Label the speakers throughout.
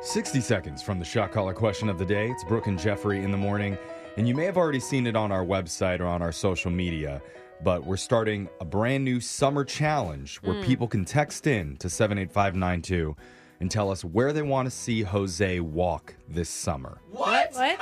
Speaker 1: 60 seconds from the shot caller question of the day. It's Brooke and Jeffrey in the morning. And you may have already seen it on our website or on our social media, but we're starting a brand new summer challenge where
Speaker 2: Hmm.
Speaker 1: people can text in to 78592 and tell us where they want to see Jose walk this summer.
Speaker 3: What?
Speaker 2: What?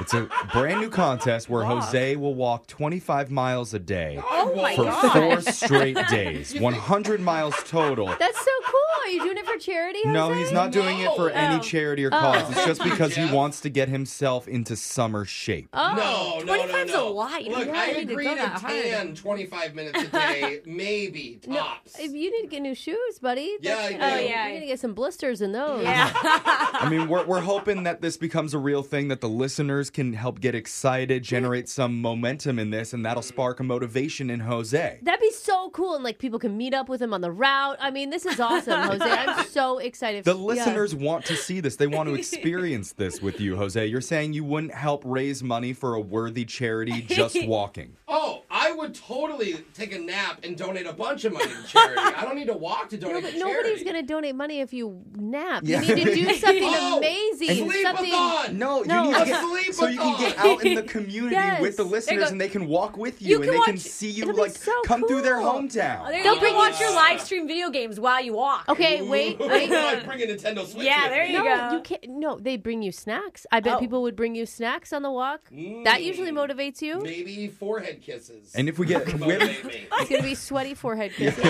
Speaker 1: It's a brand new contest where Jose will walk 25 miles a day
Speaker 2: Oh my
Speaker 1: for
Speaker 2: God.
Speaker 1: four straight days, 100 miles total.
Speaker 2: That's so cool. Are you doing it for charity? Jose?
Speaker 1: No, he's not doing it for any
Speaker 2: No.
Speaker 1: charity or
Speaker 2: Oh.
Speaker 1: cause. It's just
Speaker 3: Thank you,
Speaker 1: because he
Speaker 3: Jeff.
Speaker 1: wants to get himself into summer shape.
Speaker 2: Oh,
Speaker 3: No, no, no,
Speaker 2: 25's
Speaker 3: no.
Speaker 2: a lot. You don't
Speaker 3: Look,
Speaker 2: really
Speaker 3: I
Speaker 2: need to
Speaker 3: agree
Speaker 2: go that hard.
Speaker 3: 10, 25 minutes a day, maybe tops.
Speaker 2: If you need to get new shoes, buddy. that's
Speaker 3: Yeah, I
Speaker 2: gonna-
Speaker 3: do. Oh,
Speaker 4: yeah.
Speaker 2: You're gonna get some blisters in those.
Speaker 4: Yeah.
Speaker 1: I mean, we're, we're hoping that this becomes a real thing, that the listeners can help get excited, generate some momentum in this, and that'll spark a motivation in Jose.
Speaker 2: That'd be so cool, and like people can meet up with him on the route. I mean, this is awesome, Jose. I'm so excited.
Speaker 1: The
Speaker 2: Yeah.
Speaker 1: listeners want to see this. They want to experience this with you, Jose. You're saying you wouldn't help raise money for a worthy charity just walking.
Speaker 3: Oh, I would totally take a nap and donate a bunch of money to charity. I don't need to walk to donate
Speaker 2: But
Speaker 3: to
Speaker 2: nobody's
Speaker 3: charity.
Speaker 2: gonna donate money if you nap.
Speaker 1: Yeah.
Speaker 2: You need to do something
Speaker 3: Oh,
Speaker 2: amazing.
Speaker 3: Sleep-a-thon!
Speaker 2: Something.
Speaker 1: No,
Speaker 2: No.
Speaker 1: you need to get,
Speaker 3: Asleep
Speaker 1: so you can
Speaker 3: with
Speaker 1: get
Speaker 3: God.
Speaker 1: out in the community
Speaker 2: Yes.
Speaker 1: with the listeners,
Speaker 4: go.
Speaker 1: and they can walk with you,
Speaker 4: You
Speaker 1: and
Speaker 4: can
Speaker 1: they can
Speaker 4: watch-
Speaker 1: see you
Speaker 2: it'll be
Speaker 1: like
Speaker 2: so
Speaker 1: come through their
Speaker 2: cool.
Speaker 1: hometown.
Speaker 4: Oh, there
Speaker 2: They'll
Speaker 4: you
Speaker 2: bring
Speaker 4: can watch
Speaker 2: you-
Speaker 4: your live stream video games while you walk.
Speaker 2: Okay, wait, wait.
Speaker 3: I'd bring a Nintendo Switch.
Speaker 4: Yeah,
Speaker 3: with
Speaker 4: there
Speaker 3: me.
Speaker 4: you
Speaker 2: No,
Speaker 4: go.
Speaker 2: you can't. No, they bring you snacks. I bet
Speaker 4: Oh.
Speaker 2: people would bring you snacks on the walk.
Speaker 3: Mm.
Speaker 2: That usually motivates you.
Speaker 3: Maybe forehead kisses.
Speaker 1: And if we get we
Speaker 3: Motivate
Speaker 1: haven't,
Speaker 3: me.
Speaker 2: It's gonna be sweaty forehead kisses.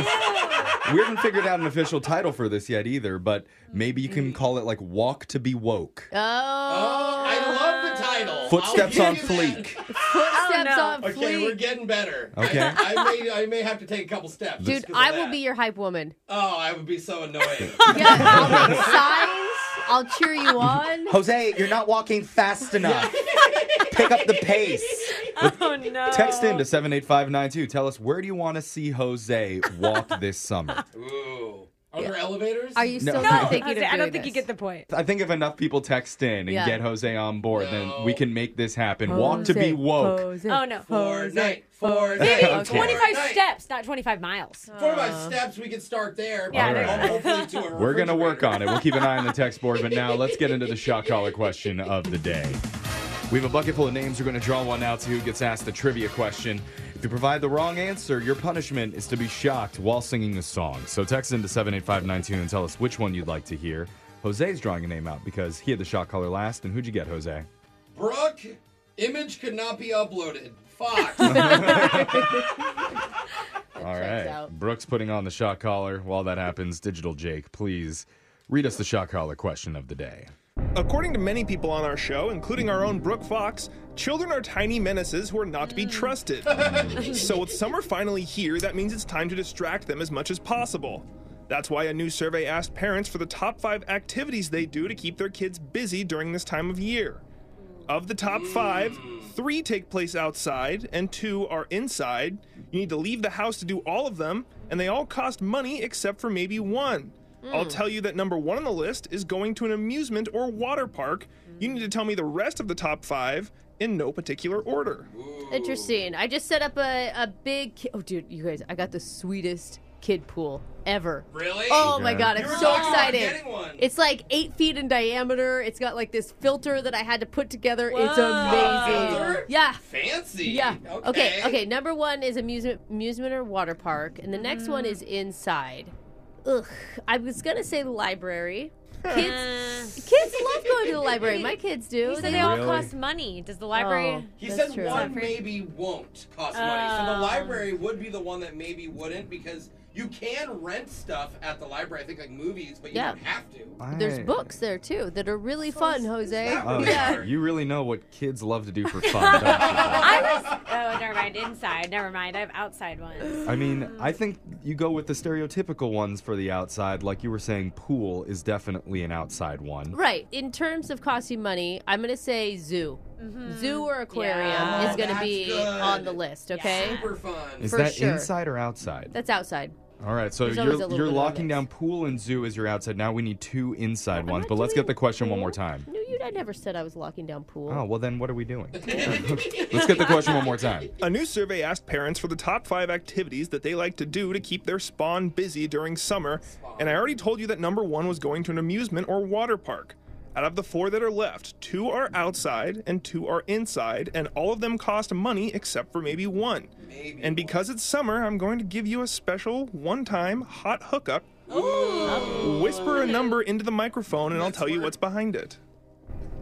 Speaker 1: we haven't figured out an official title for this yet either, but maybe you can call it like Walk to Be Woke.
Speaker 3: Oh,
Speaker 2: Oh,
Speaker 3: I love the title.
Speaker 1: Footsteps
Speaker 3: I'll
Speaker 1: on
Speaker 3: give you that.
Speaker 1: fleek.
Speaker 2: footsteps
Speaker 4: Oh, no.
Speaker 2: on
Speaker 3: Okay,
Speaker 2: fleek.
Speaker 3: we're getting better. I-
Speaker 1: Okay.
Speaker 3: I, may I may have to take a couple steps.
Speaker 2: Dude,
Speaker 3: just 'cause of
Speaker 2: I will
Speaker 3: that.
Speaker 2: be your hype woman.
Speaker 3: Oh, I would be so annoying.
Speaker 2: Yeah, I'll make signs. I'll cheer you on.
Speaker 1: Jose, you're not walking fast enough. Pick up the pace.
Speaker 4: Oh no.
Speaker 1: Text in to 78592. Tell us where do you want to see Jose walk this summer?
Speaker 3: Ooh. Are there elevators?
Speaker 2: Are you still
Speaker 1: No.
Speaker 2: not
Speaker 1: No,
Speaker 2: thinking
Speaker 4: Jose,
Speaker 2: of
Speaker 4: I don't
Speaker 2: doing
Speaker 4: think you
Speaker 2: this?
Speaker 4: get the point.
Speaker 1: I think if enough people text in and
Speaker 2: Yeah.
Speaker 1: get Jose on board, then we can make this happen. Walk to
Speaker 2: Jose,
Speaker 1: be woke.
Speaker 2: Jose.
Speaker 4: Oh no.
Speaker 3: Fortnite, Fortnite.
Speaker 4: Maybe
Speaker 1: Okay.
Speaker 4: 25
Speaker 3: Fortnite.
Speaker 4: steps, not 25 miles.
Speaker 2: Uh,
Speaker 3: Forty-five steps. We could start there.
Speaker 4: Yeah,
Speaker 3: but
Speaker 1: there you
Speaker 3: hopefully to a
Speaker 1: We're going to work
Speaker 3: refrigerator.
Speaker 1: on it. We'll keep an eye on the text board, but now let's get into the shot collar question of the day. We have a bucket full of names. We're going to draw one out to who gets asked the trivia question. If you provide the wrong answer, your punishment is to be shocked while singing the song. So text into 78592 and tell us which one you'd like to hear. Jose's drawing a name out because he had the shot collar last. And who'd you get, Jose?
Speaker 3: Brooke, image could not be uploaded. Fuck.
Speaker 1: All right.
Speaker 2: out.
Speaker 1: Brooks putting on the shot collar. While that happens, Digital Jake, please read us the shot collar question of the day.
Speaker 5: According to many people on our show, including our own Brooke Fox, children are tiny menaces who are not to be trusted. so with summer finally here, that means it's time to distract them as much as possible. That's why a new survey asked parents for the top five activities they do to keep their kids busy during this time of year. Of the top five, three take place outside and two are inside. You need to leave the house to do all of them, and they all cost money except for maybe one. I'll tell you that number one on the list is going to an amusement or water park. You need to tell me the rest of the top five in no particular order.
Speaker 2: Interesting. I just set up a, a big. Ki- oh, dude, you guys, I got the sweetest kid pool ever.
Speaker 3: really?
Speaker 2: Oh my
Speaker 1: Okay.
Speaker 2: god, I'm
Speaker 3: You were
Speaker 2: so
Speaker 3: talking about
Speaker 2: excited!
Speaker 3: getting one.
Speaker 2: It's like eight feet in diameter. It's got like this filter that I had to put together. It's
Speaker 4: Whoa.
Speaker 2: amazing.
Speaker 3: Filter?
Speaker 2: Yeah.
Speaker 3: Fancy.
Speaker 2: Yeah.
Speaker 3: Okay.
Speaker 2: Okay. Okay. Number one is amusement, amusement or water park, and the next one is inside. Ugh. I was gonna say library. Kids, kids love going to the library. My kids do.
Speaker 4: You said they
Speaker 2: all-
Speaker 4: all
Speaker 1: Really?
Speaker 4: cost money. Does the library?
Speaker 2: Oh.
Speaker 3: He
Speaker 2: That's
Speaker 3: said
Speaker 2: true.
Speaker 3: one
Speaker 4: Is that free?
Speaker 3: maybe won't cost money. So the
Speaker 4: Oh.
Speaker 3: library would be the one that maybe wouldn't because you can rent stuff at the library, I think like movies, but you
Speaker 2: Yeah.
Speaker 3: don't have to.
Speaker 2: There's
Speaker 1: I-
Speaker 2: books there too that are really fun, Jose.
Speaker 3: that
Speaker 1: Oh,
Speaker 3: really
Speaker 2: yeah.
Speaker 3: hard?
Speaker 1: You really know what kids love to do for fun. don't you?
Speaker 4: I was. Oh, never mind. Inside. Never mind. I have outside ones.
Speaker 1: I mean, I think you go with the stereotypical ones for the outside. Like you were saying, pool is definitely an outside one.
Speaker 2: Right. In terms of costing money, I'm gonna say zoo. Zoo or aquarium
Speaker 4: Yeah.
Speaker 2: is gonna
Speaker 3: That's
Speaker 2: be
Speaker 3: good.
Speaker 2: on the list. Okay.
Speaker 3: Super fun.
Speaker 1: Is
Speaker 2: For
Speaker 1: that
Speaker 2: sure.
Speaker 1: inside or outside?
Speaker 2: That's outside.
Speaker 1: All right, so
Speaker 2: There's always
Speaker 1: you're
Speaker 2: a little
Speaker 1: you're
Speaker 2: bit of a
Speaker 1: locking
Speaker 2: mix.
Speaker 1: down pool and zoo as your outside. Now we need two inside ones,
Speaker 2: not
Speaker 1: but let's
Speaker 2: doing
Speaker 1: get the question one
Speaker 2: pool.
Speaker 1: more time.
Speaker 2: New argued. I never said I was locking down pool.
Speaker 1: Oh, well, then what are we doing? Let's get the question one more time.
Speaker 5: A new survey asked parents for the top five activities that they like to do to keep their spawn busy during summer, and I already told you that number one was going to an amusement or water park. Out of the four that are left, two are outside and two are inside, and all of them cost money except for maybe one.
Speaker 3: Maybe
Speaker 5: and because it's summer, I'm going to give you a special one time hot hookup. Whisper a number into the microphone, and I'll tell you what's behind it.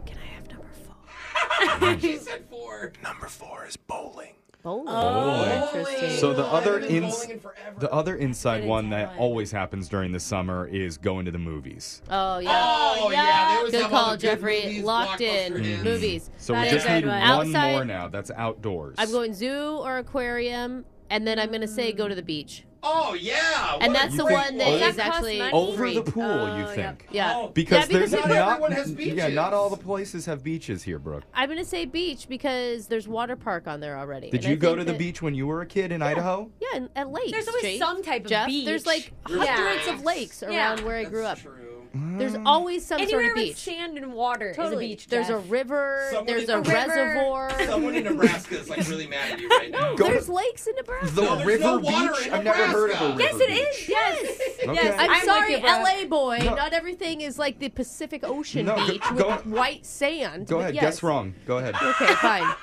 Speaker 2: Can I have number four?
Speaker 3: she said four.
Speaker 5: Number four is bowling.
Speaker 2: Bowling.
Speaker 1: Oh.
Speaker 2: Interesting.
Speaker 1: So the
Speaker 3: I haven't
Speaker 1: other
Speaker 3: been
Speaker 1: ins-
Speaker 3: bowling in forever.
Speaker 1: The other inside
Speaker 4: Good
Speaker 1: one that
Speaker 4: inside.
Speaker 1: always happens during the summer is going to the movies.
Speaker 2: Oh yeah.
Speaker 3: Oh, yeah. they always
Speaker 2: Good
Speaker 3: have all
Speaker 2: call,
Speaker 3: the
Speaker 2: Jeffrey.
Speaker 3: movies,
Speaker 2: Locked in Mm-hmm.
Speaker 3: blockbuster hits.
Speaker 2: Mm. movies.
Speaker 1: So
Speaker 2: That
Speaker 1: we
Speaker 2: is
Speaker 1: just
Speaker 2: a
Speaker 1: need
Speaker 2: good one.
Speaker 1: one
Speaker 2: Outside,
Speaker 1: more now. That's outdoors.
Speaker 2: I'm going zoo or aquarium, and then I'm gonna say go to the beach,
Speaker 3: Oh yeah.
Speaker 2: and
Speaker 3: what a
Speaker 2: that's the
Speaker 3: great
Speaker 2: one that
Speaker 1: Does
Speaker 2: is
Speaker 1: that
Speaker 4: cost
Speaker 2: actually
Speaker 4: money?
Speaker 1: over
Speaker 2: free.
Speaker 1: the pool.
Speaker 4: Oh,
Speaker 1: you
Speaker 4: yeah.
Speaker 1: think?
Speaker 2: Yeah,
Speaker 3: Oh.
Speaker 1: Because,
Speaker 2: Yeah, because
Speaker 1: there's
Speaker 2: not
Speaker 3: everyone has
Speaker 1: Yeah,
Speaker 3: beaches.
Speaker 1: not all the places have beaches here, Brooke.
Speaker 2: I'm gonna say beach because there's water park on there already.
Speaker 1: Did
Speaker 2: and I
Speaker 1: you go
Speaker 2: think
Speaker 1: to the
Speaker 2: that-
Speaker 1: beach when you were a kid in Idaho?
Speaker 2: Yeah, and at lakes.
Speaker 4: There's always
Speaker 2: Jake.
Speaker 4: some type of
Speaker 2: Jeff,
Speaker 4: beach.
Speaker 2: There's like
Speaker 3: Yeah.
Speaker 2: hundreds of lakes
Speaker 4: Yeah.
Speaker 2: around where I
Speaker 3: That's
Speaker 2: grew up.
Speaker 3: true.
Speaker 2: There's always some
Speaker 4: Anywhere
Speaker 2: sort of
Speaker 4: with
Speaker 2: beach.
Speaker 4: sand and water
Speaker 2: Totally.
Speaker 4: is a beach.
Speaker 2: There's a
Speaker 4: Jeff.
Speaker 2: river.
Speaker 3: Someone
Speaker 2: there's
Speaker 3: in- A
Speaker 2: a
Speaker 3: river.
Speaker 2: reservoir.
Speaker 3: Someone in Nebraska is like really mad at you right now.
Speaker 1: Go
Speaker 2: There's
Speaker 1: to-
Speaker 2: lakes in Nebraska.
Speaker 1: The
Speaker 3: No, there's
Speaker 1: river
Speaker 3: no
Speaker 1: beach?
Speaker 3: water in
Speaker 1: I've never heard of a river
Speaker 3: Nebraska.
Speaker 4: Yes, it is.
Speaker 1: beach.
Speaker 4: Yes.
Speaker 1: Okay.
Speaker 4: Yes.
Speaker 2: I'm,
Speaker 4: I'm
Speaker 2: sorry,
Speaker 4: with you, Brooke.
Speaker 2: LA boy.
Speaker 1: No.
Speaker 2: Not everything is like the Pacific Ocean
Speaker 1: No, go-
Speaker 2: beach
Speaker 1: go-
Speaker 2: with white sand.
Speaker 1: Go
Speaker 2: but
Speaker 1: ahead.
Speaker 2: yes.
Speaker 1: Guess wrong. Go ahead.
Speaker 2: Okay, fine.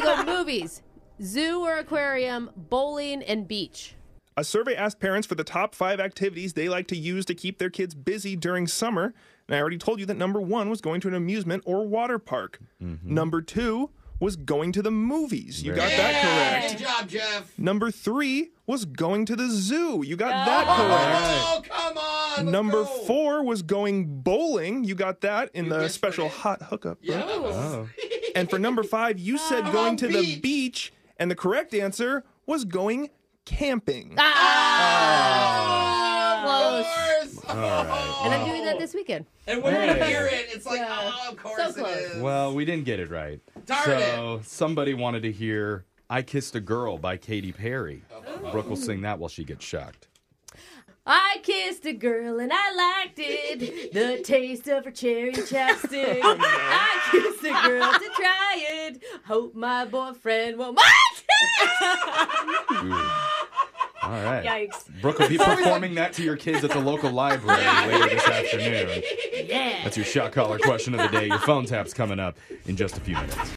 Speaker 2: gonna go movies, zoo or aquarium, bowling and beach.
Speaker 5: A survey asked parents for the top five activities they like to use to keep their kids busy during summer, and I already told you that number one was going to an amusement or water park. Number two was going to the movies. You got that
Speaker 3: Yeah,
Speaker 5: correct.
Speaker 3: Good job, Jeff.
Speaker 5: Number three was going to the zoo. You got that correct.
Speaker 3: Oh, come on. let's
Speaker 5: Number
Speaker 3: go.
Speaker 5: four was going bowling. You got that in the
Speaker 3: guessed
Speaker 5: special
Speaker 3: right.
Speaker 5: hot hookup. bro.
Speaker 3: Yeah.
Speaker 1: Oh.
Speaker 5: And for number five, you said
Speaker 3: I'm
Speaker 5: going
Speaker 3: on
Speaker 5: to the
Speaker 3: beach.
Speaker 5: beach, and the correct answer was going camping.
Speaker 2: Ah, close.
Speaker 3: Of course.
Speaker 2: And I'm doing that this weekend.
Speaker 3: Oh. And when
Speaker 1: Hey.
Speaker 3: you hear it, it's like, oh, of course
Speaker 2: So
Speaker 3: it
Speaker 2: close.
Speaker 3: is.
Speaker 1: Well, we didn't get it right.
Speaker 3: Darn
Speaker 1: so somebody wanted to hear "I Kissed a Girl" by Katy Perry. Brooke will sing that while she gets shocked.
Speaker 2: I kissed a girl and I liked it. The taste of her cherry chapstick. I kissed a girl to try it. Hope my boyfriend won't
Speaker 1: Ooh. All right.
Speaker 4: Yikes.
Speaker 1: Brooke will be performing that to your kids at the local library later this afternoon.
Speaker 2: Yeah.
Speaker 1: That's your shot caller question of the day. Your phone tap's coming up in just a few minutes.